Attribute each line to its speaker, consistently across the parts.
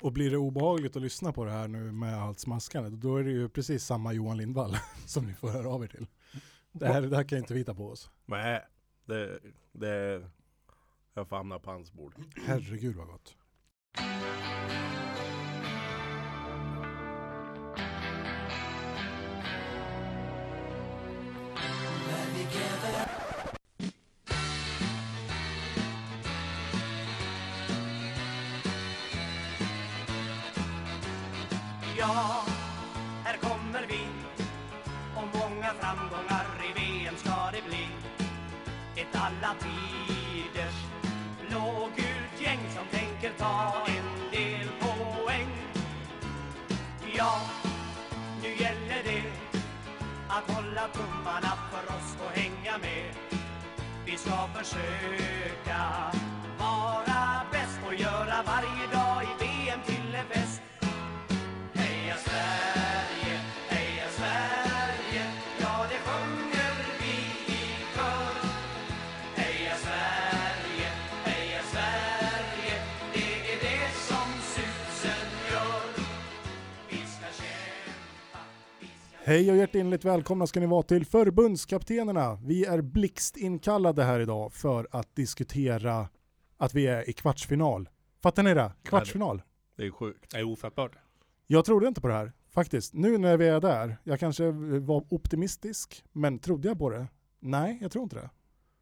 Speaker 1: Och blir det obehagligt att lyssna på det här nu med allt smaskandet, då är det ju precis samma Johan Lindvall som ni får höra av er till. Det här, det här kan jag inte vita på oss.
Speaker 2: Nej, det, det, jag får hamna på hans bord.
Speaker 1: Herregud vad gott.
Speaker 3: Ja, här kommer vi Och många framgångar i VM ska det bli Ett alla tiders blågult gäng som tänker ta en del poäng Ja, nu gäller det att hålla tummarna för oss och hänga med Vi ska försöka vara bäst och göra varje dag i VM till en fest Heja Sverige, heja Sverige, ja det sjunger vi i kör. Heja Sverige, heja Sverige, det är det som susen gör. Vi ska kämpa, vi ska
Speaker 1: Hej och hjärtinligt välkomna ska ni vara till Förbundskaptenerna. Vi är blixtinkallade här idag för att diskutera att vi är i kvartsfinal. Fattar ni det? Kvartsfinal.
Speaker 2: Det är sjukt. Det är ofattbart.
Speaker 1: Jag trodde inte på det här, faktiskt. Nu när vi är där, jag kanske var optimistisk, men trodde jag på det? Nej, jag tror inte det.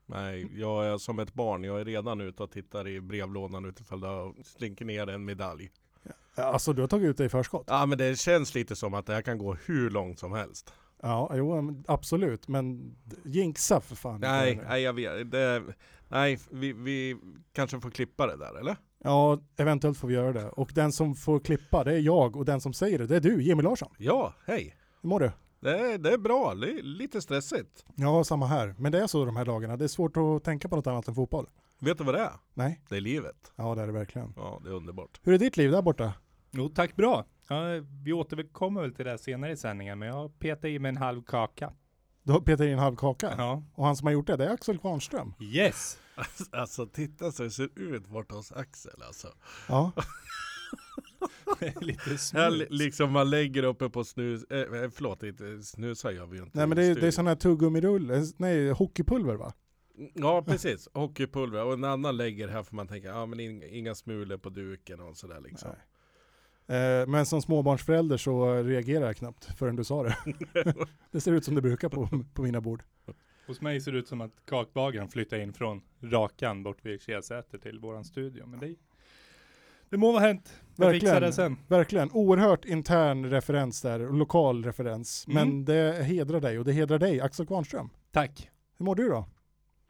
Speaker 2: Nej, jag är som ett barn. Jag är redan ute och tittar i brevlådan utifrån jag slinker ner en medalj.
Speaker 1: Alltså, du har tagit ut dig i förskott?
Speaker 2: Ja, men det känns lite som att det här kan gå hur långt som helst.
Speaker 1: Ja, jo, men absolut, men jinxa för fan.
Speaker 2: Nej, nej jag vet. Det, nej, vi, vi kanske får klippa det där, eller?
Speaker 1: Ja, eventuellt får vi göra det. Och den som får klippa, det är jag och den som säger det, det är du, Jimmy Larsson.
Speaker 2: Ja, hej.
Speaker 1: Hur mår du?
Speaker 2: Det, är- det är bra. Li- lite stressigt.
Speaker 1: Ja, samma här. Men det är så de här dagarna. Det är svårt att tänka på något annat än fotboll.
Speaker 2: Vet du vad det är?
Speaker 1: Nej?
Speaker 2: Det är livet.
Speaker 1: Ja, det är det verkligen.
Speaker 2: Ja, det är underbart.
Speaker 1: Hur är ditt liv där borta?
Speaker 4: Jo tack bra. Ja, vi återkommer väl till det här senare i sändningen men jag petar i mig en halv kaka.
Speaker 1: Du petar in en halv kaka.
Speaker 4: Ja.
Speaker 1: Och han som har gjort det, det är Axel Kvarnström.
Speaker 4: Yes!
Speaker 2: Alltså titta så det ser ut borta hos Axel alltså.
Speaker 1: Ja,
Speaker 4: Lite
Speaker 2: Här
Speaker 4: smooth.
Speaker 2: li- liksom man lägger uppe på snus, eh, eh, förlåt inte, snusar gör vi ju inte.
Speaker 1: nej
Speaker 2: i
Speaker 1: men det är, det är
Speaker 2: studion.
Speaker 1: sån här tuggummirulle, nej hockeypulver va?
Speaker 2: Ja precis, hockeypulver och en annan lägger här för man tänker, ja men in, inga smulor på duken och sådär liksom.
Speaker 1: Eh, men som småbarnsförälder så reagerar jag knappt förrän du sa det. det ser ut som det brukar på, på mina bord.
Speaker 4: Hos mig ser det ut som att kakbagaren flyttar in från Rakan bort vid Kedsäter till våran studio. Men det, det må vara hänt. Jag fixar det sen.
Speaker 1: verkligen. Oerhört intern referens där, och lokal referens. Men det hedrar dig och det hedrar dig, Axel Kvarnström.
Speaker 4: Tack.
Speaker 1: Hur mår du då?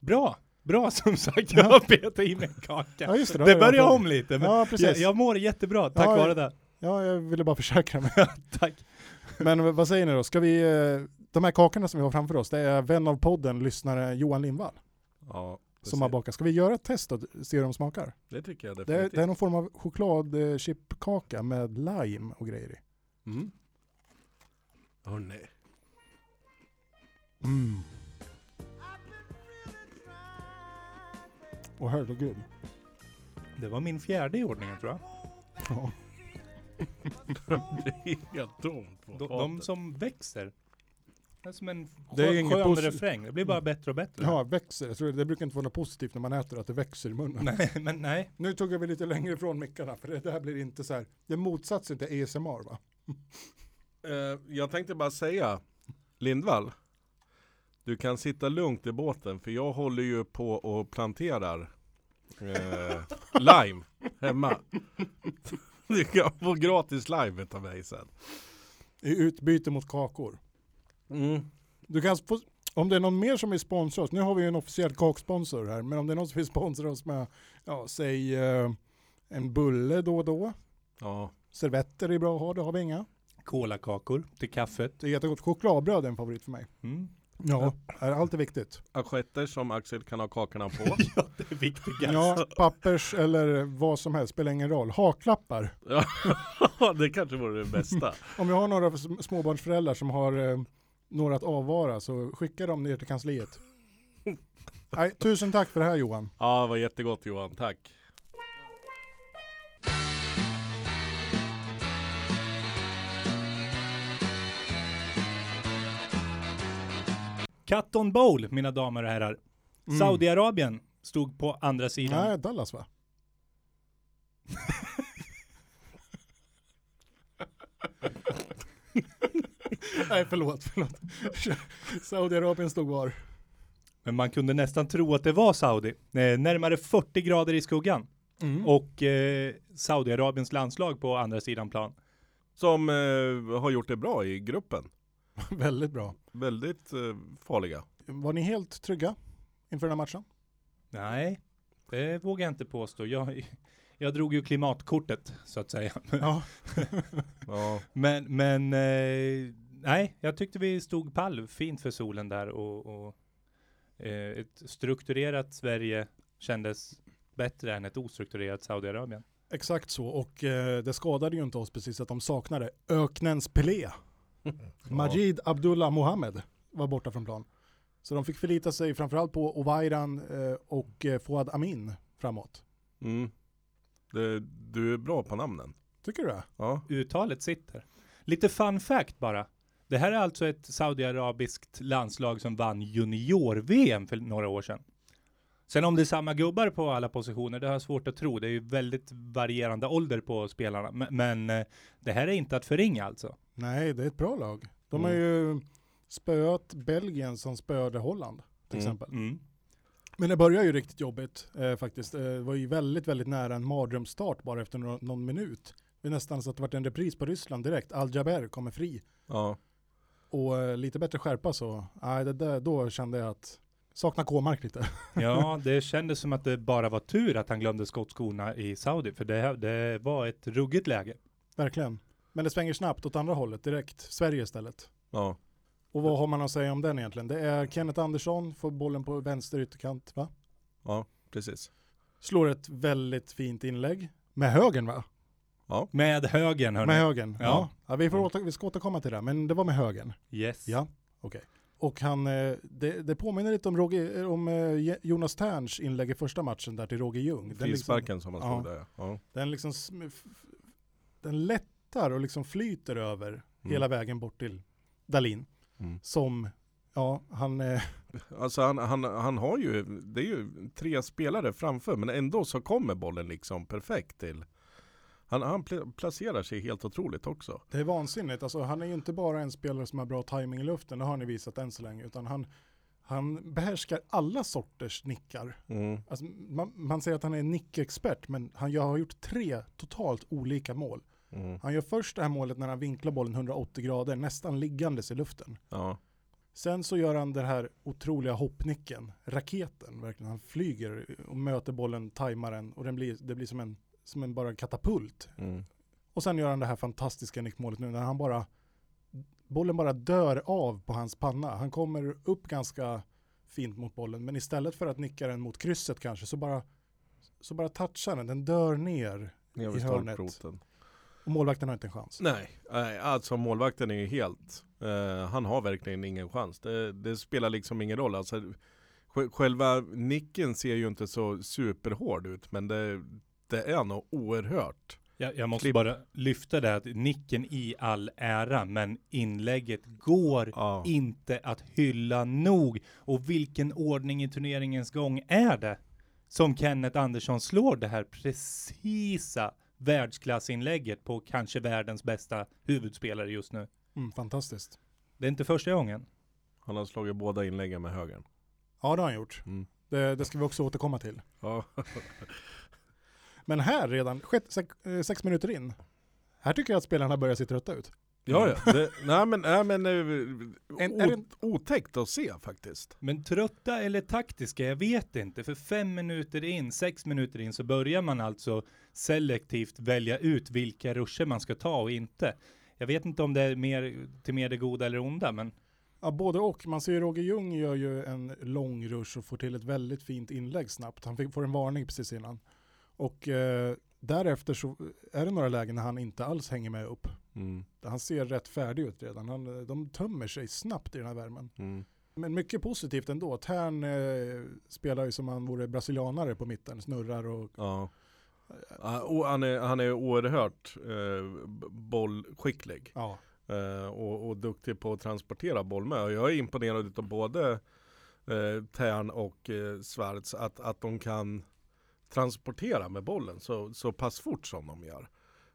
Speaker 4: Bra! Bra som sagt, jag har petat i mig en kaka.
Speaker 1: Ja, just det, då har
Speaker 4: det
Speaker 1: jag
Speaker 4: börjar
Speaker 1: tagit.
Speaker 4: om lite. Men
Speaker 1: Ja, precis.
Speaker 4: jag, jag mår jättebra tack
Speaker 1: Ja,
Speaker 4: vare det.
Speaker 1: Ja, jag ville bara försäkra mig.
Speaker 4: Tack.
Speaker 1: Men v- vad säger ni då? Ska vi, eh, de här kakorna som vi har framför oss, det är vän av podden, lyssnare Johan Lindvall
Speaker 2: Ja, precis.
Speaker 1: som har bakat. Ska vi göra ett test och se hur de smakar?
Speaker 2: Det tycker jag
Speaker 1: Det är,
Speaker 2: definitivt.
Speaker 1: det är någon form av chokladchipkaka med lime och grejer i.
Speaker 2: Mm. Åh, nej.
Speaker 1: Mm. Åh herregud.
Speaker 4: Det var min fjärde i ordningen tror jag.
Speaker 1: Ja.
Speaker 2: Det är helt tomt på
Speaker 4: De, de
Speaker 2: fatet.
Speaker 4: som växer. Det är Mm. som en
Speaker 1: Det är
Speaker 4: skö-
Speaker 1: ingen
Speaker 4: skön
Speaker 1: posi-
Speaker 4: refräng. Det blir bara bättre och bättre.
Speaker 1: ja, växer. Jag tror det brukar inte vara något positivt när man äter att det växer i munnen.
Speaker 4: Nej, men nej.
Speaker 1: Nu tog jag vi lite längre ifrån mickarna för det det här blir inte så här. Det är motsatsen till ASMR va?
Speaker 2: Eh, jag tänkte bara säga, Lindvall, du kan sitta lugnt i båten för jag håller ju på och planterar eh, lime hemma. Du kan få gratis lime utav mig sen.
Speaker 1: I utbyte mot kakor.
Speaker 2: Mm.
Speaker 1: Du kan få, om det är någon mer som vill sponsra oss, nu har vi ju en officiell kaksponsor här, men om det är någon som vill sponsra oss med, ja, säg eh, en bulle då och då.
Speaker 2: Ja,
Speaker 1: Servetter är bra att ha, det har vi inga.
Speaker 4: Kolakakor till kaffet.
Speaker 1: Det är jättegott. Chokladbröd är en favorit för mig.
Speaker 4: Mm.
Speaker 1: Ja, är allt är viktigt.
Speaker 2: assietter som Axel kan ha kakorna på.
Speaker 4: Ja, det är viktiga.
Speaker 1: Ja, pappers eller vad som helst, spelar ingen roll. Haklappar.
Speaker 2: Ja, det kanske vore det bästa.
Speaker 1: Om jag har några sm- småbarnsföräldrar som har eh, några att avvara så skicka dem ner till kansliet. Nej, tusen tack för det här Johan.
Speaker 2: Ja, det var jättegott Johan, tack.
Speaker 4: Cotton Bowl, mina damer och herrar.
Speaker 1: Mm.
Speaker 4: Saudiarabien stod på andra sidan.
Speaker 1: Nej, Dallas va? Nej, förlåt, förlåt. Saudiarabien stod var.
Speaker 4: Men man kunde nästan tro att det var Saudi. Eh, närmare 40 grader i skuggan.
Speaker 1: Och,
Speaker 4: Och eh, Saudiarabiens landslag på andra sidan plan.
Speaker 2: Som eh, har gjort det bra i gruppen.
Speaker 1: väldigt bra.
Speaker 2: Väldigt eh, farliga.
Speaker 1: Var ni helt trygga inför den här matchen?
Speaker 4: Nej, det vågar jag inte påstå. Jag, jag drog ju klimatkortet så att säga.
Speaker 1: Ja.
Speaker 2: Ja.
Speaker 4: Men, men eh, nej, jag tyckte vi stod pall fint för solen där och, och eh, ett strukturerat Sverige kändes bättre än ett ostrukturerat Saudiarabien.
Speaker 1: Exakt så, och eh, det skadade ju inte oss precis att de saknade öknens Pelé.
Speaker 2: Mm.
Speaker 1: Majid Abdullah Mohammed var borta från plan. Så de fick förlita sig framförallt på Ovairan eh, och eh, Fouad Amin framåt.
Speaker 2: Mm. Det, du är bra på namnen.
Speaker 1: Tycker du det?
Speaker 2: Ja.
Speaker 4: Uttalet sitter. Lite fun fact bara. Det här är alltså ett saudiarabiskt landslag som vann junior-VM för några år sedan. Sen om det är samma gubbar på alla positioner, det har jag svårt att tro. Det är ju väldigt varierande ålder på spelarna. Men, men eh, det här är inte att förringa alltså.
Speaker 1: Nej, det är ett bra lag. De har
Speaker 2: Mm.
Speaker 1: ju spöat Belgien som spöade Holland till
Speaker 2: Mm.
Speaker 1: exempel. Men det börjar ju riktigt jobbigt eh, faktiskt. Eh, Det var ju väldigt, väldigt nära en mardrömsstart bara efter någon, någon minut. Det är nästan så att det varit en repris på Ryssland direkt. Al-Jaber kommer fri.
Speaker 2: ja.
Speaker 1: Och eh, lite bättre skärpa så, nej det där, då kände jag att sakna K-mark lite.
Speaker 4: Ja, det kändes som att det bara var tur att han glömde skottskorna i Saudi, för det, det var ett ruggigt läge.
Speaker 1: Verkligen. Men det svänger snabbt åt andra hållet direkt, Sverige istället.
Speaker 2: ja.
Speaker 1: Och vad har man att säga om den egentligen? Det är Kenneth Andersson, får bollen på vänster ytterkant va?
Speaker 2: Ja, precis.
Speaker 1: Slår ett väldigt fint inlägg. Med högen va?
Speaker 4: Med högern hörni.
Speaker 1: Med högen.
Speaker 4: Ja. Mm.
Speaker 1: Ja. ja vi, får åter, vi ska återkomma till det, här, men det var med högen.
Speaker 4: yes.
Speaker 1: Ja. Och han, eh, det, det påminner lite om, Roger, om eh, Jonas Terns inlägg i första matchen där till Roger Ljung. Den liksom-
Speaker 2: Frisparken som man slog
Speaker 1: ja.
Speaker 2: där ja. ja.
Speaker 1: Den liksom sm- f- f- den lättar och liksom flyter över hela vägen bort till Dalin.
Speaker 2: Mm.
Speaker 1: Som, ja, han, eh,
Speaker 2: Alltså han, han, han har ju, det är ju tre spelare framför men ändå så kommer bollen liksom perfekt till. Han, han pl- placerar sig helt otroligt också.
Speaker 1: det är vansinnigt. Alltså, han är ju inte bara en spelare som har bra timing i luften, det har ni visat än så länge, utan han, han behärskar alla sorters nickar.
Speaker 2: Mm.
Speaker 1: Alltså, man, man säger att han är en nickexpert, men han jag har gjort tre totalt olika mål.
Speaker 2: Mm.
Speaker 1: Han gör först det här målet när han vinklar bollen 180 grader, nästan liggandes i luften.
Speaker 2: Ja.
Speaker 1: Sen så gör han den här otroliga hoppnicken, raketen, verkligen. Han flyger och möter bollen, tajmar den och den blir, det blir som en, som en bara katapult.
Speaker 2: Mm.
Speaker 1: Och sen gör han det här fantastiska nickmålet nu när han bara, bollen bara dör av på hans panna. Han kommer upp ganska fint mot bollen, men istället för att nicka den mot krysset kanske så bara, så bara touchar den, den dör ner.
Speaker 2: Ner
Speaker 1: I
Speaker 2: vid
Speaker 1: hörnet.
Speaker 2: stolproten.
Speaker 1: Och målvakten har inte en chans.
Speaker 2: Nej, nej, alltså målvakten är ju helt, eh, han har verkligen ingen chans. Det, det spelar liksom ingen roll. Alltså, sj- själva nicken ser ju inte så superhård ut, men det, det är nog oerhört.
Speaker 4: Jag, jag måste
Speaker 2: Klipp.
Speaker 4: bara lyfta det att nicken i all ära, men inlägget går
Speaker 2: Ja.
Speaker 4: inte att hylla nog. Och vilken ordning i turneringens gång är det som Kenneth Andersson slår det här precisa världsklassinlägget på kanske världens bästa huvudspelare just nu?
Speaker 1: Mm, fantastiskt.
Speaker 4: Det är inte första gången.
Speaker 2: Han har slagit båda inläggen med högern.
Speaker 1: Ja, det har han gjort.
Speaker 2: Mm.
Speaker 1: Det, det ska vi också återkomma till.
Speaker 2: Ja.
Speaker 1: Men här redan, sjätt- sex, eh, sex minuter in, här tycker jag att spelarna börjar se trötta ut.
Speaker 2: Ja, ja. Det, nej men, nej, men eh,
Speaker 1: En-
Speaker 2: o,
Speaker 1: är det-
Speaker 2: otäckt att se faktiskt.
Speaker 4: Men trötta eller taktiska, jag vet inte. För fem minuter in, sex minuter in så börjar man alltså selektivt välja ut vilka ruscher man ska ta och inte. Jag vet inte om det är mer till mer det goda eller onda, men
Speaker 1: Ja, både och. Man ser ju Roger Ljung gör ju en lång rush och får till ett väldigt fint inlägg snabbt. Han fick, får en varning precis innan. Och eh, därefter så eh, är det några lägen när han inte alls hänger med upp.
Speaker 2: Mm,
Speaker 1: Han ser rätt färdig ut redan. Han, eh, de tömmer sig snabbt i den här värmen.
Speaker 2: mm,
Speaker 1: Men mycket positivt ändå. Tern eh, spelar ju som han vore brasilianare på mitten, snurrar och
Speaker 2: Ja. Ja, och han, är, han är oerhört eh, b- bollskicklig.
Speaker 1: ja,
Speaker 2: eh, och, och duktig på att transportera boll med. Och jag är imponerad av både eh, Tern och eh, Schwarz att, att de kan transportera med bollen så, så pass fort som de gör.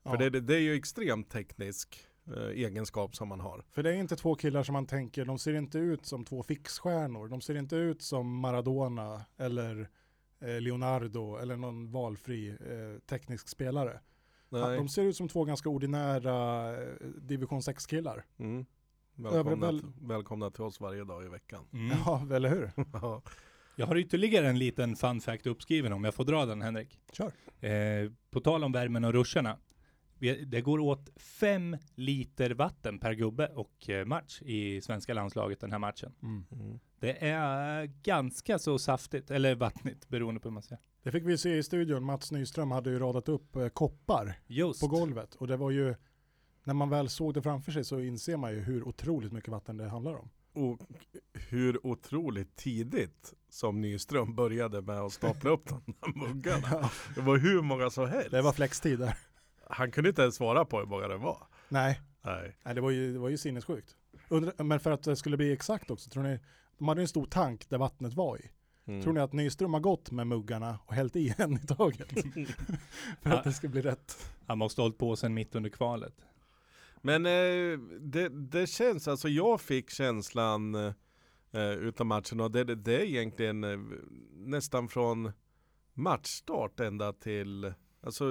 Speaker 1: Ja.
Speaker 2: För det, det, det är ju extremt teknisk eh, egenskap som man har.
Speaker 1: För det är inte två killar som man tänker, de ser inte ut som två fixstjärnor. De ser inte ut som Maradona eller eh, Leonardo eller någon valfri eh, teknisk spelare.
Speaker 2: Nej.
Speaker 1: De ser ut som två ganska ordinära eh, division 6-killar.
Speaker 2: Mm. Välkomna,
Speaker 1: väl-
Speaker 2: till- välkomna till oss varje dag i veckan.
Speaker 4: Mm.
Speaker 1: Ja, eller hur?
Speaker 2: Ja.
Speaker 4: Jag har ytterligare en liten fun fact uppskriven om jag får dra den Henrik.
Speaker 1: Kör.
Speaker 4: Eh, på tal om värmen och ruscharna. Vi- Det går åt fem liter vatten per gubbe och eh, match i svenska landslaget den här matchen.
Speaker 1: Mm.
Speaker 4: Det är ganska så saftigt, eller vattnigt beroende på hur man säger.
Speaker 1: Det fick vi se i studion. Mats Nyström hade ju radat upp eh, koppar
Speaker 4: Just.
Speaker 1: på golvet och det var ju när man väl såg det framför sig så inser man ju hur otroligt mycket vatten det handlar om.
Speaker 2: Och hur otroligt tidigt som Nyström började med att stapla upp de där muggarna. Det var hur många som helst.
Speaker 1: Det var flextid där.
Speaker 2: Han kunde inte ens svara på hur många det var.
Speaker 1: Nej,
Speaker 2: Nej.
Speaker 1: Nej, det var ju, det var ju sinnessjukt. Undra, men för att det skulle bli exakt också, tror ni, de hade ju en stor tank där vattnet var i.
Speaker 2: Mm.
Speaker 1: Tror ni att Nyström har gått med muggarna och hällt i en i taget? för att det ska bli rätt.
Speaker 4: Han måste ha hållit på sen mitt under kvalet.
Speaker 2: Men eh, det, det känns, alltså jag fick känslan eh, utav matchen och det, det, det är egentligen eh, nästan från matchstart ända till Alltså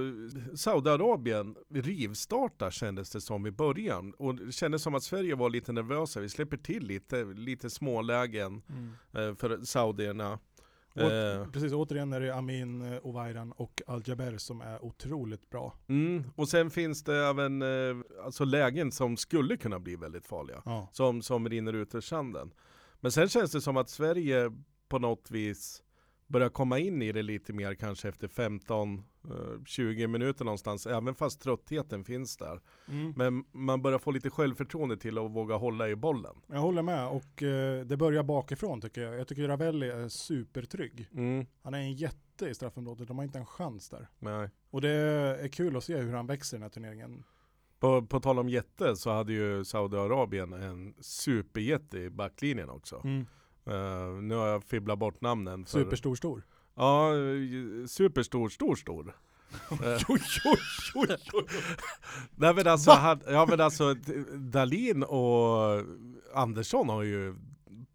Speaker 2: Saudiarabien rivstartar kändes det som i början och det kändes som att Sverige var lite nervösa. Vi släpper till lite, lite smålägen eh, för saudierna. Eh.
Speaker 1: Och, precis, återigen är det Amin eh, Ovairan och Al-Jaber som är otroligt bra.
Speaker 2: Mm. Och sen finns det även eh, alltså lägen som skulle kunna bli väldigt farliga.
Speaker 1: Ja.
Speaker 2: som, som rinner ut ur sanden. Men sen känns det som att Sverige på något vis börjar komma in i det lite mer kanske efter 15-20 minuter någonstans, även fast tröttheten finns där.
Speaker 1: Mm.
Speaker 2: Men man börjar få lite självförtroende till att våga hålla i bollen.
Speaker 1: Jag håller med och eh, det börjar bakifrån tycker jag. Jag tycker Ravelli är supertrygg. Han är en jätte i straffområdet, de har inte en chans där.
Speaker 2: Nej.
Speaker 1: Och det är kul att se hur han växer i den här turneringen.
Speaker 2: På, på tal om jätte så hade ju Saudiarabien en superjätte i backlinjen också. Eh, nu har jag fibblat bort namnen. För,
Speaker 1: Superstor stor.
Speaker 2: Ja, eh, superstor, stor, stor. Eh, Nej men alltså, han, ja, men alltså D- Dalin och Andersson har ju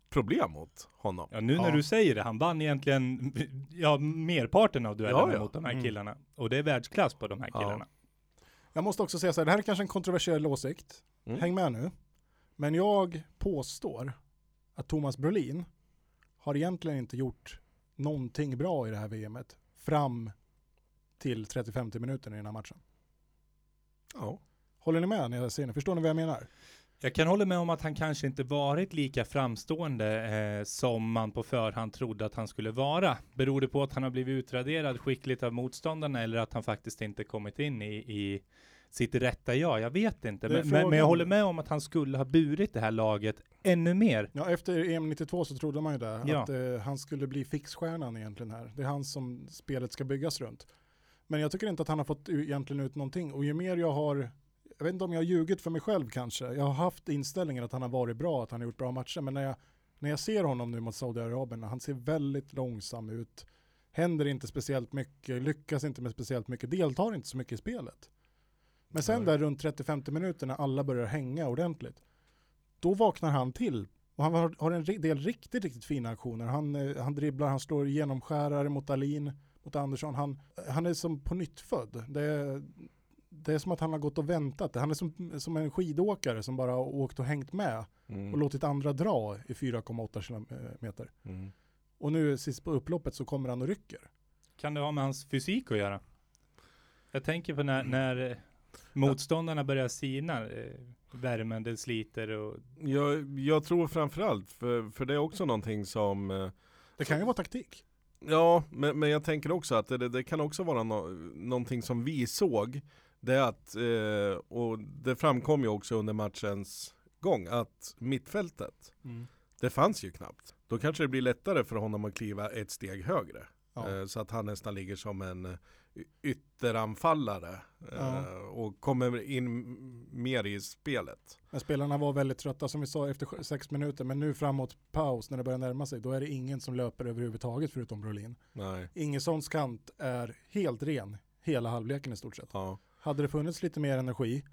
Speaker 2: problem mot honom.
Speaker 4: Ja, nu när
Speaker 1: Ja.
Speaker 4: du säger det, han vann egentligen ja, merparten av duellerna
Speaker 2: Ja, ja.
Speaker 4: mot de här
Speaker 1: Mm.
Speaker 4: killarna. Och det är världsklass på de här
Speaker 2: Ja.
Speaker 4: killarna.
Speaker 1: Jag måste också säga så här, det här är kanske en kontroversiell åsikt.
Speaker 2: Mm.
Speaker 1: Häng med nu. Men jag påstår att Thomas Brolin har egentligen inte gjort någonting bra i det här VMet fram till 30-50 minuter i den här matchen.
Speaker 2: Ja.
Speaker 1: Håller ni med när jag säger det? Förstår ni vad jag menar?
Speaker 4: Jag kan hålla med om att han kanske inte varit lika framstående eh, som man på förhand trodde att han skulle vara. Beror det på att han har blivit utraderad skickligt av motståndarna eller att han faktiskt inte kommit in i, i sitt rätta jag? Jag vet inte.
Speaker 1: Det är
Speaker 4: Men, men, men
Speaker 1: frågan.
Speaker 4: jag håller med om att han skulle ha burit det här laget ännu mer.
Speaker 1: Ja, efter EM 92 så trodde man ju det,
Speaker 4: Ja.
Speaker 1: att eh, han skulle bli fixstjärnan egentligen här. Det är han som spelet ska byggas runt. Men jag tycker inte att han har fått u- egentligen ut någonting och ju mer jag har, jag vet inte om jag har ljugit för mig själv kanske, jag har haft inställningen att han har varit bra, att han har gjort bra matcher, men när jag, när jag ser honom nu mot Saudiarabien, han ser väldigt långsam ut, händer inte speciellt mycket, lyckas inte med speciellt mycket, deltar inte så mycket i spelet. Men sen där runt 30-50 minuter när alla börjar hänga ordentligt, då vaknar han till och han har, har en ri- del riktigt, riktigt fina aktioner. Han, eh, han dribblar, han slår genomskärare mot Alin, mot Andersson. Han, han är som på nytt född. Det är, det är som att han har gått och väntat. Han är som, som en skidåkare som bara har åkt och hängt med och låtit andra dra i 4,8 kilometer.
Speaker 2: Mm.
Speaker 1: Och nu sist på upploppet så kommer han och rycker.
Speaker 4: Kan det ha med hans fysik att göra? Jag tänker på
Speaker 2: Mm.
Speaker 4: när, när eh, motståndarna börjar sina. Eh, värmen, den sliter och
Speaker 2: Jag, jag tror framförallt, för, för det är också någonting som eh,
Speaker 1: Det kan ju vara taktik.
Speaker 2: Ja, men, men jag tänker också att det, det, det kan också vara nå någonting som vi såg. Det är att, eh, och det framkom ju också under matchens gång, att mittfältet,
Speaker 1: Mm.
Speaker 2: det fanns ju knappt. Då kanske det blir lättare för honom att kliva ett steg högre.
Speaker 1: Ja.
Speaker 2: Eh, så att han nästan ligger som en, y- ytteranfallare.
Speaker 1: Ja.
Speaker 2: Eh, och kommer in mer i spelet.
Speaker 1: Men spelarna var väldigt trötta som vi sa efter sj- sex minuter. Men nu framåt paus när det börjar närma sig då är det ingen som löper överhuvudtaget förutom Brolin.
Speaker 2: Nej.
Speaker 1: Ingerssons kant är helt ren hela halvleken i stort sett.
Speaker 2: Ja.
Speaker 1: Hade det funnits lite mer energi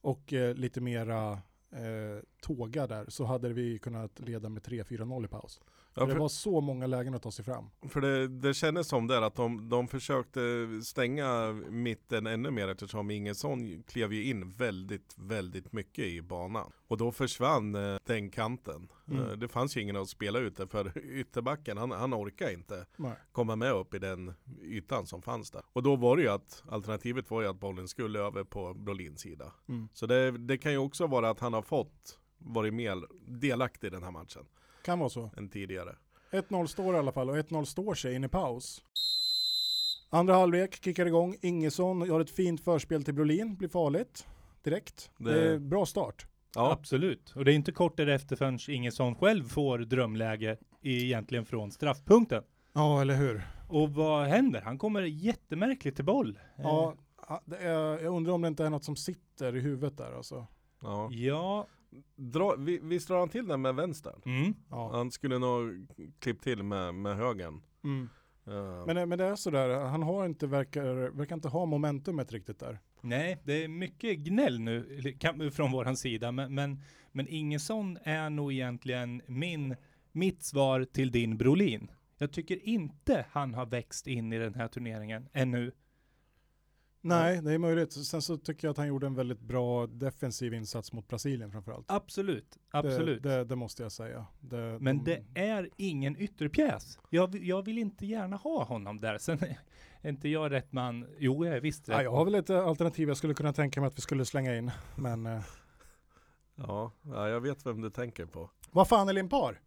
Speaker 1: och eh, lite mera eh, tåga där så hade vi kunnat leda med 3-4-0 i paus.
Speaker 2: Ja,
Speaker 1: för
Speaker 2: för-
Speaker 1: det var så många lägen att ta sig fram.
Speaker 2: För det, det kändes som där att de, de försökte stänga mitten ännu mer eftersom Ingesson klev ju in väldigt, väldigt mycket i banan. Och då försvann eh, den kanten.
Speaker 1: Mm.
Speaker 2: Eh, det fanns ju ingen att spela ute för ytterbacken, han, han orkar inte
Speaker 1: Nej.
Speaker 2: komma med upp i den ytan som fanns där. Och då var det ju att alternativet var ju att bollen skulle över på Brolins sida.
Speaker 1: Mm.
Speaker 2: Så det, det kan ju också vara att han har fått varit mer delaktig i den här matchen
Speaker 1: Kan vara så.
Speaker 2: än tidigare.
Speaker 1: 1-0 står i alla fall och 1-0 står sig in i paus. Andra halvlek kickar igång. Ingesson gör ett fint förspel till Brolin, blir farligt direkt.
Speaker 2: Det-
Speaker 1: Det... är bra start.
Speaker 2: Ja,
Speaker 4: Absolut. Och det är inte kort därefter förrän Ingesson själv får drömläge i- egentligen från straffpunkten.
Speaker 1: Ja, eller hur?
Speaker 4: Och vad händer? Han kommer jättemärkligt till boll.
Speaker 1: Ja, det är, jag undrar om det inte är något som sitter i huvudet där alltså.
Speaker 2: ja.
Speaker 4: Eh, Ja.
Speaker 2: Dra, vi, visst drar han till den med vänstern?
Speaker 4: Mm.
Speaker 1: Ja.
Speaker 2: Han skulle nog klippt till med, med högern.
Speaker 1: Mm.
Speaker 2: Eh,
Speaker 1: Men, men det är sådär, han har inte, verkar, verkar inte ha momentumet riktigt där.
Speaker 4: Nej, det är mycket gnäll nu li- kan- från våran sida, men, men, men Ingesson är nog egentligen min, mitt svar till din Brolin. Jag tycker inte han har växt in i den här turneringen ännu.
Speaker 1: Nej, det är möjligt. Sen så tycker jag att han gjorde en väldigt bra defensiv insats mot Brasilien framförallt.
Speaker 4: Absolut, absolut.
Speaker 1: Det, mm. det, det måste jag säga. Det,
Speaker 4: Men
Speaker 1: de-
Speaker 4: det är ingen ytterpjäs. Jag, vi- jag vill inte gärna ha honom där. Sen är inte jag rätt man. Jo, jag är visst rätt.
Speaker 1: Ja, jag har väl ett eh, alternativ jag skulle kunna tänka mig att vi skulle slänga in. Men eh,
Speaker 2: ja, ja, jag vet vem du tänker på.
Speaker 1: vad fan är Limpar?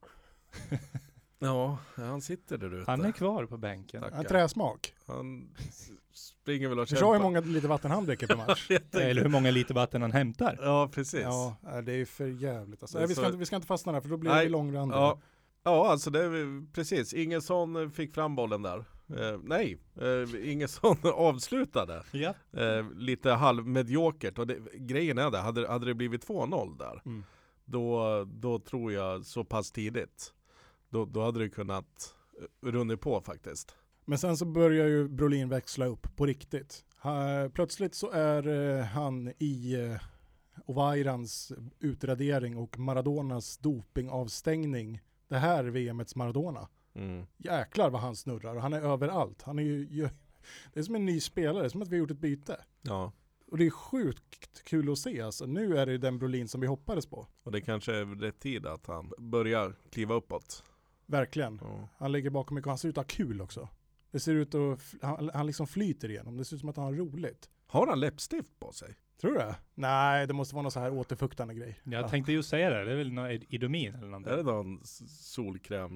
Speaker 2: Ja, han sitter där ute.
Speaker 4: Han är kvar på bänken.
Speaker 2: Tack.
Speaker 1: En träsmak.
Speaker 2: Han s- springer väl och
Speaker 1: Förstår hur
Speaker 2: kämpar.
Speaker 1: många liter vatten han dricker per match.
Speaker 4: Eller hur många liter vatten han hämtar.
Speaker 2: Ja, precis. Ja,
Speaker 1: ja, eh, det är för jävligt alltså.
Speaker 2: Det är
Speaker 1: Nej, vi, ska
Speaker 2: så-
Speaker 1: inte, vi ska inte fastna där för då blir
Speaker 2: Nej,
Speaker 1: vi långrandiga.
Speaker 2: ja. ja alltså det är precis. Ingesson eh, fick fram bollen där. Eh, nej, eh, Ingesson avslutade
Speaker 4: Ja.
Speaker 2: eh, lite halvmediokert. Och det, grejen är det, hade, hade det blivit 2-0 där,
Speaker 1: Mm.
Speaker 2: då, då tror jag så pass tidigt, då, då hade det kunnat eh, runnit på faktiskt.
Speaker 1: Men sen så börjar ju Brolin växla upp på riktigt. Ha, plötsligt så är eh, han i eh, Ovairans utradering och Maradonas dopingavstängning. Det här är VMets Maradona.
Speaker 2: Mm.
Speaker 1: Jäklar vad han snurrar och han är överallt. Han är ju, ju, det är som en ny spelare, det är som att vi har gjort ett byte.
Speaker 2: Ja,
Speaker 1: Och det är sjukt kul att se alltså. Nu är det den Brolin som vi hoppades på.
Speaker 2: och det kanske är rätt tid att han börjar kliva uppåt.
Speaker 1: Verkligen.
Speaker 2: Ja,
Speaker 1: Han ligger bakom mycket och han ser ut att ha kul också. Det ser ut att, f- han, han liksom flyter igenom. Det ser ut som att han har roligt.
Speaker 2: Har han läppstift på sig?
Speaker 1: Tror du det? Nej, det måste vara någon så här återfuktande grej.
Speaker 4: Jag tänkte ju säga det. Det är väl någon idomin eller någonting.
Speaker 2: Är det någon s-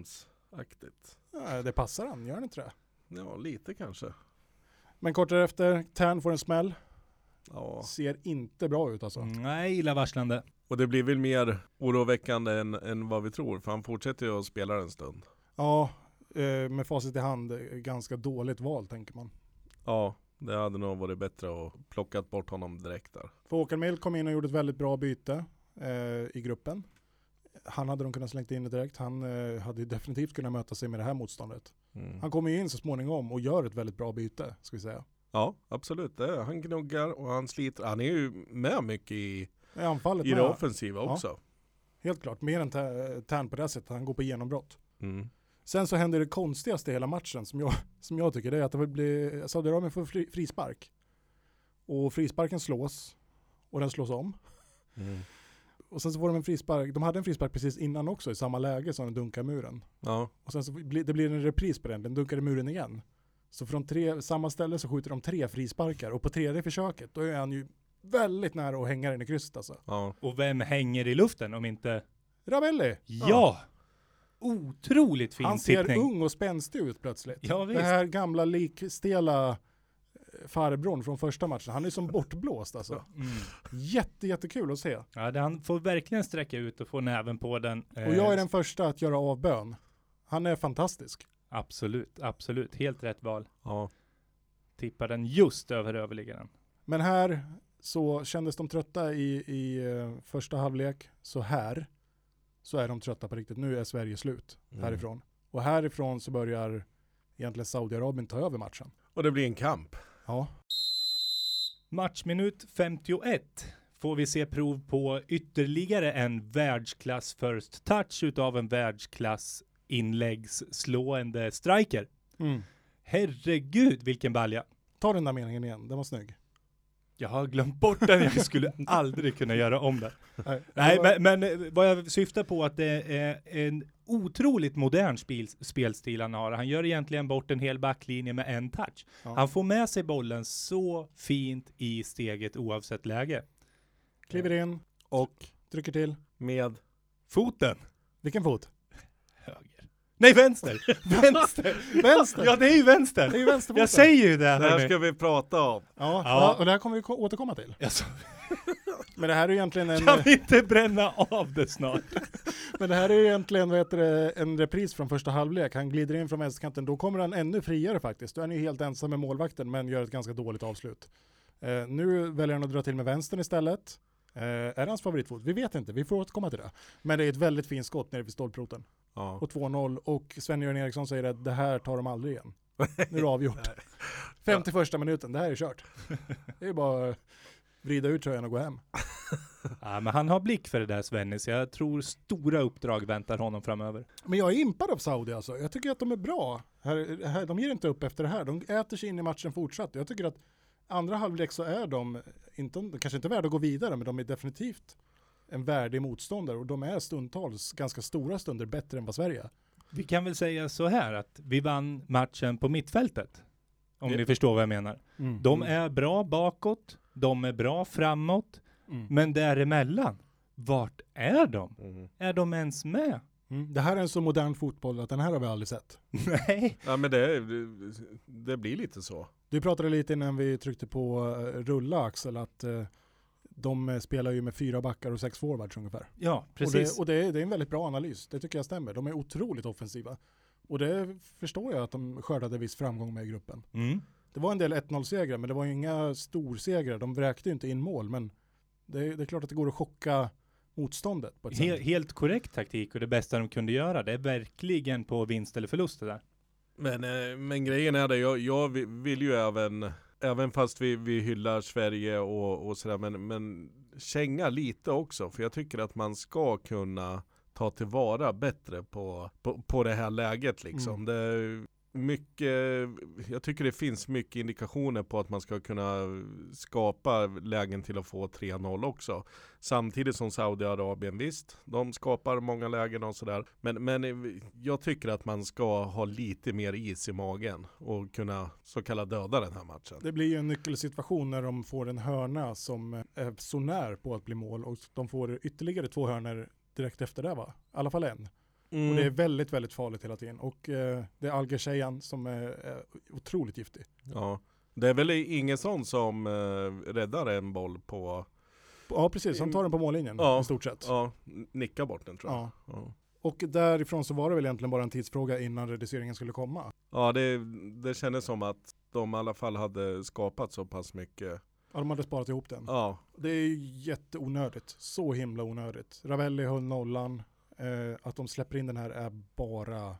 Speaker 2: solkrämsaktigt?
Speaker 1: Ja, det passar han, gör det inte det?
Speaker 2: Ja, lite kanske.
Speaker 1: Men kort därefter, Tern får en smäll.
Speaker 2: Ja.
Speaker 1: Ser inte bra ut alltså.
Speaker 4: Nej, illavarslande.
Speaker 2: Och det blir väl mer oroväckande än, än vad vi tror, för han fortsätter ju att spela en stund.
Speaker 1: Ja, eh, med facit i hand, eh, ganska dåligt val tänker man.
Speaker 2: Ja, det hade nog varit bättre att plockat bort honom direkt där.
Speaker 1: För Håkan Mild kom in och gjorde ett väldigt bra byte eh, i gruppen. Han hade de kunnat slängt in det direkt. Han eh, hade ju definitivt kunnat möta sig med det här motståndet. Han kommer ju in så småningom och gör ett väldigt bra byte, ska vi säga.
Speaker 2: Ja, absolut. Det är. Han gnuggar och han sliter. Han är ju med mycket i,
Speaker 1: I anfallet
Speaker 2: i det
Speaker 1: med,
Speaker 2: offensiva
Speaker 1: Ja.
Speaker 2: också.
Speaker 1: helt klart. Mer än Ter- Tern på det här sättet, han går på genombrott.
Speaker 2: Mm.
Speaker 1: Sen så händer det konstigaste i hela matchen som jag, som jag tycker det är att det blir, Saudiarabien får fri, frispark. Och frisparken slås och den slås om. Och sen så får de en frispark, de hade en frispark precis innan också i samma läge som den dunkar muren.
Speaker 2: Ja,
Speaker 1: Och sen så blir det blir en repris på den, den dunkar i muren igen. Så från tre, samma ställe så skjuter de tre frisparkar och på tredje försöket då är han ju väldigt nära att hänga den i krysset alltså.
Speaker 2: ja.
Speaker 4: Och vem hänger i luften om inte...
Speaker 1: Ravelli!
Speaker 4: Ja! Otroligt fin
Speaker 1: Han ser
Speaker 4: sittning.
Speaker 1: ung och spänstig ut plötsligt.
Speaker 4: Ja, visst.
Speaker 1: Den här gamla likstela eh, farbrorn från första matchen, han är som bortblåst alltså.
Speaker 4: Mm.
Speaker 1: Jätte, jättekul att se.
Speaker 4: Ja, det, han får verkligen sträcka ut och få näven på den. Eh,
Speaker 1: Och jag är den första att göra avbön. Han är fantastisk.
Speaker 4: Absolut, absolut. Helt rätt val.
Speaker 2: ja.
Speaker 4: tippar den just över överliggaren.
Speaker 1: Men här så kändes de trötta i, i eh, första halvlek. Så här så är de trötta på riktigt. Nu är Sverige slut
Speaker 2: Mm.
Speaker 1: härifrån. Och härifrån så börjar egentligen Saudiarabien ta över matchen.
Speaker 2: Och det blir en kamp.
Speaker 1: Ja.
Speaker 4: Matchminut 51 får vi se prov på ytterligare en världsklass first touch utav en världsklass inläggsslående striker. Mm. Herregud vilken balja!
Speaker 1: Ta den där meningen igen, den var snygg.
Speaker 4: Jag har glömt bort den, jag skulle aldrig kunna göra om den.
Speaker 1: Nej,
Speaker 4: Nej,
Speaker 1: det var-
Speaker 4: men, men eh, vad jag syftar på att det är en otroligt modern spil, spelstil han har. Han gör egentligen bort en hel backlinje med en touch.
Speaker 1: Ja.
Speaker 4: Han får med sig bollen så fint i steget oavsett läge.
Speaker 1: Kliver in,
Speaker 2: Och
Speaker 1: trycker till.
Speaker 2: med
Speaker 4: Foten!
Speaker 1: Vilken fot?
Speaker 4: Höger. Nej, vänster! vänster!
Speaker 1: Vänster!
Speaker 4: ja, det är ju
Speaker 1: Det är
Speaker 4: vänster!
Speaker 1: ju vänsterfoten.
Speaker 4: Jag säger ju det!
Speaker 2: Det här
Speaker 4: hörni.
Speaker 2: ska vi prata om.
Speaker 1: Ja,
Speaker 4: Ja.
Speaker 1: ja. och det här kommer vi ko- återkomma till.
Speaker 4: Jag sa-
Speaker 1: Men det här är ju egentligen en,
Speaker 4: Kan vi inte bränna av det snart?
Speaker 1: men det här är ju egentligen, vad heter det, en repris från första halvlek. Han glider in från vänsterkanten, då kommer han ännu friare faktiskt. Då är han ju helt ensam med målvakten, men gör ett ganska dåligt avslut. Eh, nu väljer han att dra till med vänstern istället. Eh, är det hans favoritfot? Vi vet inte, vi får återkomma till det. Men det är ett väldigt fint skott nere vid stolproten.
Speaker 2: Ja.
Speaker 1: Och 2-0, och Sven-Göran Eriksson säger att det här tar de aldrig igen. Nu är det avgjort. 51 minuten, det här är kört. Det är bara att vrida ut tröjan och gå hem.
Speaker 4: ja, men han har blick för det där Svennis. Jag tror stora uppdrag väntar honom framöver.
Speaker 1: Men jag är impad av Saudi alltså. Jag tycker att de är bra. Här, här, de ger inte upp efter det här. De äter sig in i matchen fortsatt. Jag tycker att andra halvlek så är de, inte, de kanske inte värda att gå vidare, men de är definitivt en värdig motståndare och de är stundtals, ganska stora stunder, bättre än vad Sverige är.
Speaker 4: Vi kan väl säga så här att vi vann matchen på mittfältet. Om
Speaker 2: Ja.
Speaker 4: ni förstår vad jag menar. De är bra bakåt, de är bra framåt,
Speaker 1: Mm.
Speaker 4: men däremellan, vart är de?
Speaker 2: Mm.
Speaker 4: Är de ens med?
Speaker 1: Mm. Det här är en så modern fotboll att den här har vi aldrig sett.
Speaker 4: Nej.
Speaker 2: ja men det, det blir lite så.
Speaker 1: Du pratade lite innan vi tryckte på eh, rulla Axel, att eh, de eh, spelar ju med fyra backar och sex forwards ungefär.
Speaker 4: Ja, precis.
Speaker 1: Och, det, och det, det är en väldigt bra analys, det tycker jag stämmer. De är otroligt offensiva. Och det förstår jag att de skördade viss framgång med i gruppen.
Speaker 4: Mm.
Speaker 1: Det var en del 1-0-segrar, men det var ju inga storsegrar. De vräkte ju inte in mål, men det, det är klart att det går att chocka motståndet. På ett
Speaker 4: He
Speaker 1: sätt.
Speaker 4: helt korrekt taktik och det bästa de kunde göra, det är verkligen på vinst eller förlust det där.
Speaker 2: Men, eh, men grejen är det, jag, jag vi- vill ju även, även fast vi, vi hyllar Sverige och, och sådär, men, men känga lite också. För jag tycker att man ska kunna ta tillvara bättre på, på, på det här läget liksom.
Speaker 1: Mm.
Speaker 2: Det är mycket, jag tycker det finns mycket indikationer på att man ska kunna skapa lägen till att få 3-0 också. Samtidigt som Saudiarabien, visst, de skapar många lägen och sådär. Men, men eh, jag tycker att man ska ha lite mer is i magen och kunna så kallat döda den här matchen.
Speaker 1: Det blir ju en nyckelsituation när de får en hörna som eh, är så när på att bli mål och de får ytterligare två hörnor direkt efter det va? I alla fall en. Och
Speaker 2: Mm.
Speaker 1: det är väldigt, väldigt farligt hela tiden. Och eh, det är Alger-tjejan som är, är otroligt giftig.
Speaker 2: Ja. Det är väl Ingesson som eh, räddar en boll på,
Speaker 1: Ja, precis. Han tar den på mållinjen
Speaker 2: Ja.
Speaker 1: i stort sett.
Speaker 2: ja, n- nickar bort den tror jag.
Speaker 1: Ja.
Speaker 2: Ja,
Speaker 1: Och därifrån så var det väl egentligen bara en tidsfråga innan reduceringen skulle komma.
Speaker 2: ja det, det kändes som att de i alla fall hade skapat så pass mycket.
Speaker 1: Ja, de hade sparat ihop den.
Speaker 2: Ja,
Speaker 1: Det är ju jätteonödigt. Så himla onödigt. Ravelli höll nollan. Eh, att de släpper in den här är bara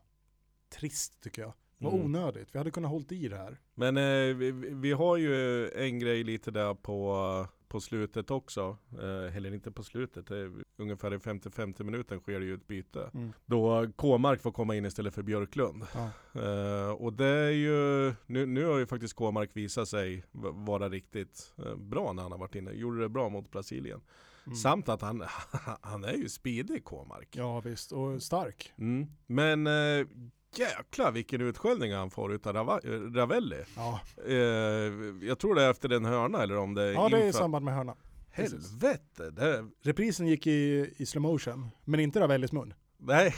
Speaker 1: trist tycker jag. Det var
Speaker 2: Mm.
Speaker 1: onödigt. Vi hade kunnat hållit i det här.
Speaker 2: Men eh, vi, vi har ju en grej lite där på, på slutet också. Eh, eller inte på slutet, det är ungefär i 50-50 minuten sker det ju ett byte.
Speaker 1: Mm.
Speaker 2: Då Kåmark får komma in istället för Björklund.
Speaker 1: Ja.
Speaker 2: Eh, och det är ju, nu, nu har ju faktiskt Kåmark visat sig v- vara riktigt eh, bra när han har varit inne. Gjorde det bra mot Brasilien.
Speaker 1: Mm.
Speaker 2: Samt att han, han är ju speedig Kåmark.
Speaker 1: Ja visst, och stark.
Speaker 2: Mm. Men eh, jäklar vilken utskällning han får utav Rava- Ravelli.
Speaker 1: Ja,
Speaker 2: Eh, jag tror det är efter den hörna eller om det är
Speaker 1: ja det är i
Speaker 2: inför-
Speaker 1: samband med hörna.
Speaker 2: Helvete! Det,
Speaker 1: Reprisen gick i, i slow motion, men inte Ravellis mun.
Speaker 2: nej.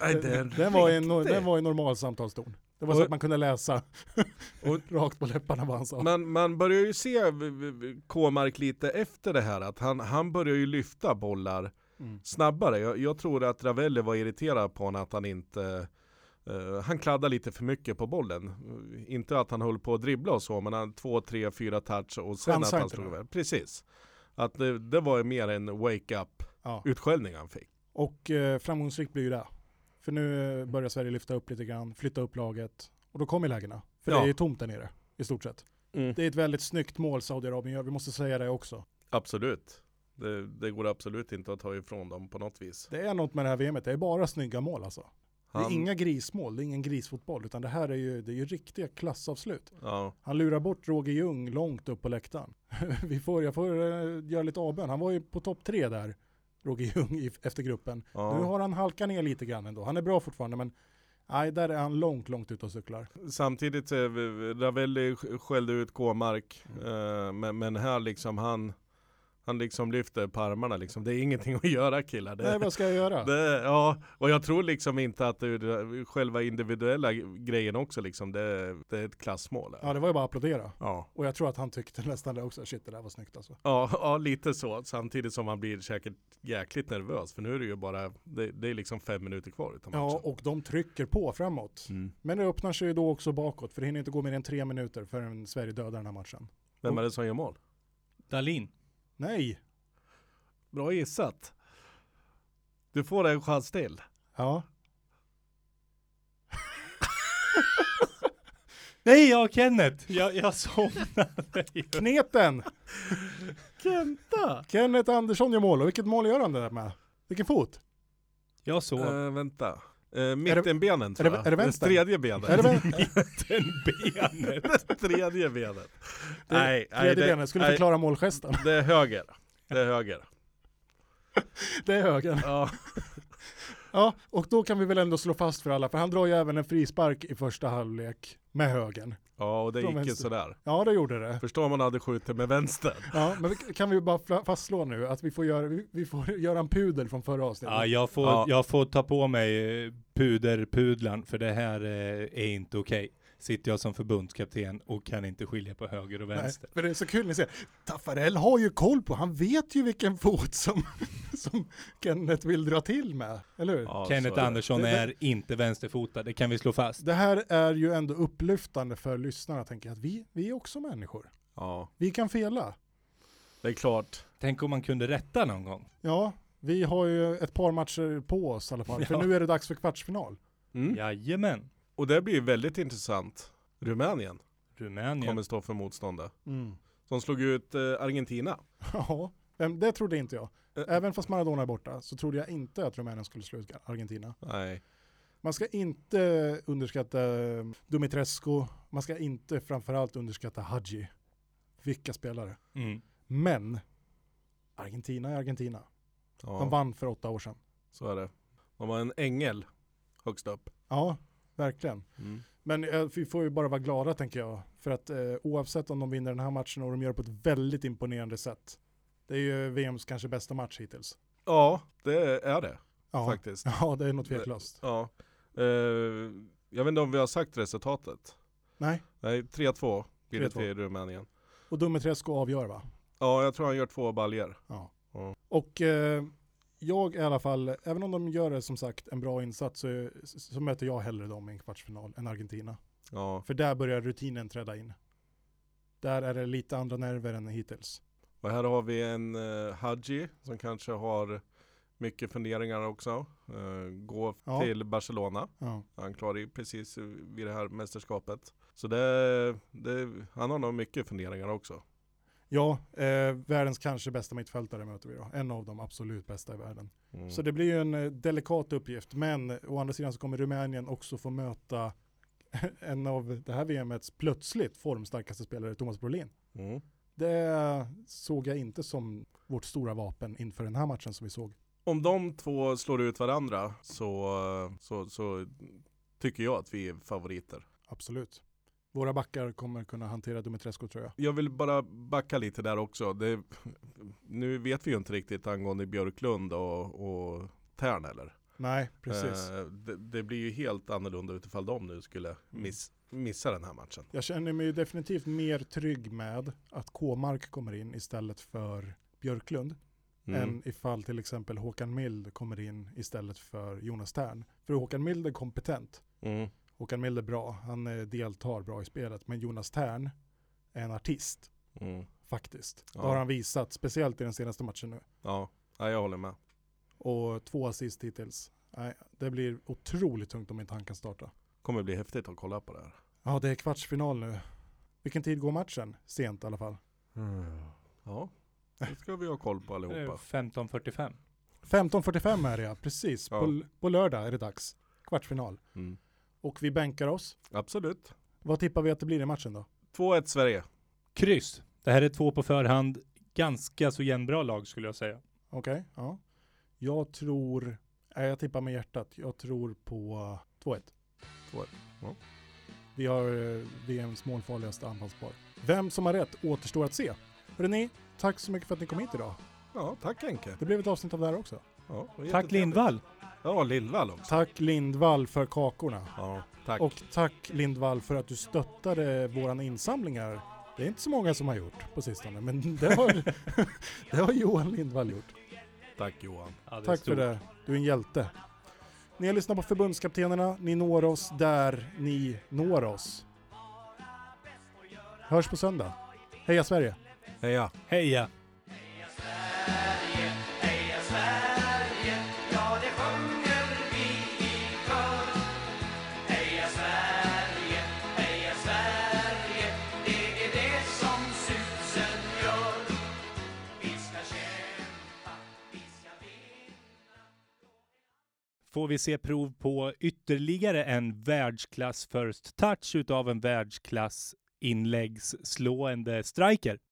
Speaker 2: nej det är
Speaker 1: Den, var i,
Speaker 2: riktigt.
Speaker 1: no- den var i normal samtalston. Det var så
Speaker 2: Och-
Speaker 1: att man kunde läsa
Speaker 2: Och-
Speaker 1: rakt på läpparna vad han sa.
Speaker 2: man, man börjar ju se v- v- K-mark lite efter det här, att han, han börjar ju lyfta bollar
Speaker 1: Mm.
Speaker 2: snabbare. Jag, jag tror att Ravelli var irriterad på honom att han inte Eh, han kladdade lite för mycket på bollen. Eh, Inte att han höll på att dribbla och så, men han två, tre, fyra touch och sen
Speaker 1: Chansade
Speaker 2: att han
Speaker 1: inte
Speaker 2: slog
Speaker 1: då.
Speaker 2: iväg. Precis. Att det, det var mer en wake-up-utskällning
Speaker 1: Ja.
Speaker 2: han fick.
Speaker 1: Och eh, framgångsrikt blir ju det. För nu eh, börjar Sverige lyfta upp lite grann, flytta upp laget. Och då kommer lägena. För
Speaker 2: Ja.
Speaker 1: det är ju tomt där nere, i stort sett.
Speaker 2: Mm.
Speaker 1: Det är ett väldigt snyggt mål Saudiarabien gör, vi måste säga det också.
Speaker 2: Absolut. Det, det går absolut inte att ta ifrån dem på något vis.
Speaker 1: Det är något med det här VMet, det är bara snygga mål alltså. Det
Speaker 2: Han-
Speaker 1: är inga grismål, det är ingen grisfotboll, utan det här är ju, det är ju riktiga klassavslut.
Speaker 2: Ja,
Speaker 1: Han lurar bort Roger Ljung långt upp på läktaren. vi får, jag får eh, göra lite avbön, han var ju på topp tre där, Roger Ljung, i, efter gruppen.
Speaker 2: ja.
Speaker 1: Nu har han halkat ner lite grann ändå, han är bra fortfarande, men nej, där är han långt, långt ute och cyklar.
Speaker 2: Samtidigt, eh, Ravelli sk- skällde ut Kåmark,
Speaker 1: Mm.
Speaker 2: eh, men, men här liksom han, han liksom lyfter på armarna liksom. Det är ingenting att göra killar. Det,
Speaker 1: Nej, vad ska jag göra?
Speaker 2: det, ja, och jag tror liksom inte att det, är själva individuella grejen också liksom, det, det är ett klassmål.
Speaker 1: Ja, det var ju bara att applådera.
Speaker 2: Ja.
Speaker 1: Och jag tror att han tyckte nästan det också, shit det där var snyggt alltså.
Speaker 2: Ja, ja, lite så. Samtidigt som man blir säkert jäkligt nervös, för nu är det ju bara, det, det är liksom fem minuter kvar utav
Speaker 1: Ja,
Speaker 2: matchen.
Speaker 1: och de trycker på framåt.
Speaker 2: Mm.
Speaker 1: Men det öppnar sig ju då också bakåt, för det hinner inte gå mer än tre minuter förrän Sverige dödar den här matchen.
Speaker 2: Vem är det som gör mål?
Speaker 4: Dalin.
Speaker 1: Nej!
Speaker 2: Bra gissat. Du får en chans till.
Speaker 1: Ja.
Speaker 4: Nej, jag Kenneth! Jag, jag somnade ju.
Speaker 1: Kneten!
Speaker 2: Kenta!
Speaker 1: Kenneth Andersson gör mål, och vilket mål gör han det där med? Vilken fot?
Speaker 4: Jag sov.
Speaker 2: Eh, vänta. Eh, mittenbenen tror
Speaker 1: är det-
Speaker 2: jag.
Speaker 1: är det vänster?
Speaker 2: tredje benet.
Speaker 1: Är det väl?
Speaker 4: Den benet.
Speaker 2: tredje benet.
Speaker 1: Det är
Speaker 2: nej, nej,
Speaker 1: Tredje
Speaker 2: det,
Speaker 1: benet, skulle
Speaker 2: nej,
Speaker 1: förklara målgesten.
Speaker 2: det är höger. Det är höger.
Speaker 1: Det är högern.
Speaker 2: Ja,
Speaker 1: Ja, och då kan vi väl ändå slå fast för alla, för han drar ju även en frispark i första halvlek med högern.
Speaker 2: ja och det
Speaker 1: Från
Speaker 2: gick ju
Speaker 1: vänster.
Speaker 2: sådär.
Speaker 1: Ja, det gjorde det.
Speaker 2: Förstår man hade skjutit med vänster.
Speaker 1: Ja, men vi- kan vi bara fla- fastslå nu att vi får göra, vi- vi får göra en pudel från förra avsnittet.
Speaker 4: Ja, jag får,
Speaker 2: Ja.
Speaker 4: jag får ta på mig eh, puderpudlan för det här eh, är inte okej. Sitter jag som förbundskapten och kan inte skilja på höger och
Speaker 1: Nej,
Speaker 4: vänster.
Speaker 1: för det är så kul, ni ser, Taffarel har ju koll på, han vet ju vilken fot som, som Kenneth vill dra till med, eller hur?
Speaker 2: Ja, så
Speaker 4: Kenneth
Speaker 2: är det.
Speaker 4: Andersson
Speaker 1: Det- det-
Speaker 4: är inte vänsterfotad, det kan vi slå fast.
Speaker 1: Det här är ju ändå upplyftande för lyssnarna, tänker jag, att vi, vi är också människor.
Speaker 2: Ja,
Speaker 1: Vi kan fela.
Speaker 2: det är klart.
Speaker 4: Tänk om man kunde rätta någon gång.
Speaker 1: Ja, vi har ju ett par matcher på oss i alla fall,
Speaker 4: Ja.
Speaker 1: för nu är det dags för kvartsfinal.
Speaker 2: Mm.
Speaker 4: Jajamän.
Speaker 2: Och det blir väldigt intressant. Rumänien
Speaker 4: Rumänien.
Speaker 2: kommer stå för motståndet. Som slog ut eh, Argentina.
Speaker 1: Ja, men det trodde inte jag.
Speaker 2: Eh.
Speaker 1: Även fast Maradona är borta så trodde jag inte att Rumänien skulle slå ut Argentina.
Speaker 2: Nej.
Speaker 1: Man ska inte underskatta Dumitrescu, man ska inte framförallt underskatta Hadji. Vilka spelare.
Speaker 4: Mm.
Speaker 1: Men Argentina är Argentina. De
Speaker 2: Ja,
Speaker 1: vann för åtta år sedan.
Speaker 2: så är det. De var en ängel högst upp.
Speaker 1: Ja, verkligen. Men eh, vi får ju bara vara glada tänker jag. För att eh, oavsett om de vinner den här matchen och de gör det på ett väldigt imponerande sätt. Det är ju VMs kanske bästa match hittills.
Speaker 2: Ja, det är det
Speaker 1: Ja,
Speaker 2: faktiskt.
Speaker 1: ja det är nog tveklöst.
Speaker 2: Ja. Eh, jag vet inte om vi har sagt resultatet.
Speaker 1: Nej,
Speaker 2: Nej, 3-2 blir det
Speaker 1: 3-2.
Speaker 2: till Rumänien.
Speaker 1: och Dumitrescu avgör va?
Speaker 2: Ja, jag tror han gör två baljer.
Speaker 1: Ja.
Speaker 2: Ja.
Speaker 1: Och eh, jag i alla fall, även om de gör som sagt en bra insats så, så möter jag hellre dem i en kvartsfinal än Argentina.
Speaker 2: Ja,
Speaker 1: För där börjar rutinen träda in. Där är det lite andra nerver än hittills.
Speaker 2: och här har vi en eh, Hadji som kanske har mycket funderingar också. Eh, gå
Speaker 1: Ja.
Speaker 2: till Barcelona.
Speaker 1: Ja.
Speaker 2: Han klarar ju precis vid det här mästerskapet. Så det, det, han har nog mycket funderingar också.
Speaker 1: Ja, eh, världens kanske bästa mittfältare möter vi då. En av de absolut bästa i världen.
Speaker 2: Mm.
Speaker 1: Så det blir ju en eh, delikat uppgift, men å andra sidan så kommer Rumänien också få möta en av det här VMets plötsligt formstarkaste spelare, Thomas Brolin.
Speaker 2: Mm.
Speaker 1: Det såg jag inte som vårt stora vapen inför den här matchen som vi såg.
Speaker 2: Om de två slår ut varandra så, så, så tycker jag att vi är favoriter.
Speaker 1: Absolut. Våra backar kommer kunna hantera Dumitrescu tror jag.
Speaker 2: Jag vill bara backa lite där också. Det, nu vet vi ju inte riktigt angående Björklund och, och Tern eller.
Speaker 1: Nej, precis. Mm.
Speaker 2: Eh, det, det blir ju helt annorlunda utifall de nu skulle miss, missa den här matchen.
Speaker 1: Jag känner mig ju definitivt mer trygg med att K-Mark kommer in istället för Björklund.
Speaker 2: Mm.
Speaker 1: än ifall till exempel Håkan Mild kommer in istället för Jonas Tern. För Håkan Mild är kompetent.
Speaker 2: Mm.
Speaker 1: Håkan Mild är bra. Han eh, deltar bra i spelet. Men Jonas Tern är en artist
Speaker 2: Mm.
Speaker 1: faktiskt.
Speaker 2: Ja.
Speaker 1: Det har han visat, speciellt i den senaste matchen nu.
Speaker 2: Ja. ja, jag håller med.
Speaker 1: Och två assist hittills. Nej, det blir otroligt tungt om inte han kan starta.
Speaker 2: Kommer bli häftigt att kolla på det här.
Speaker 1: Ja, det är kvartsfinal nu. Vilken tid går matchen? Sent i alla fall.
Speaker 2: Mm. Ja, det ska vi ha koll på
Speaker 4: Det är
Speaker 2: allihopa.
Speaker 4: 15.45.
Speaker 1: 15.45 är det ja, precis.
Speaker 2: Ja.
Speaker 1: På, på lördag är det dags. Kvartsfinal.
Speaker 2: Mm.
Speaker 1: Och vi bänkar oss.
Speaker 2: Absolut.
Speaker 1: Vad tippar vi att det blir i matchen då?
Speaker 2: 2-1 Sverige.
Speaker 4: Kryss. Det här är två på förhand. Ganska så jämnbra lag skulle jag säga.
Speaker 1: Okej, ja. Jag tror, nej jag tippar med hjärtat. Jag tror på eh, 2-1.
Speaker 2: 2-1, ja.
Speaker 1: Vi har eh, VMs målfarligaste anfallspar. Vem som har rätt återstår att se. Hörrni, tack så mycket för att ni kom hit idag.
Speaker 2: Ja, tack Henke.
Speaker 1: Det blev ett avsnitt av det här också.
Speaker 2: Ja, det var
Speaker 4: Tack
Speaker 2: jättetrevligt.
Speaker 4: Lindvall.
Speaker 2: Ja, Lindvall också.
Speaker 1: Tack Lindvall för kakorna.
Speaker 2: Ja, tack.
Speaker 1: Och tack Lindvall för att du stöttade våran insamlingar. Det är inte så många som har gjort på sistone, men det har, det har Johan Lindvall gjort.
Speaker 2: Tack Johan.
Speaker 4: Ja, det är
Speaker 1: Tack
Speaker 4: stort.
Speaker 1: för det, du är en hjälte. Ni har lyssnat på Förbundskaptenerna, ni når oss där ni når oss. Hörs på söndag. Heja Sverige!
Speaker 2: Heja.
Speaker 4: Heja!
Speaker 3: Heja Sverige, ja det sjunger vi i kör. Heja Sverige, heja Sverige, det är det som susen gör. Vi ska kämpa, vi ska vinna.
Speaker 4: Får vi se prov på ytterligare en världsklass first touch utav en världsklass inläggsslående striker.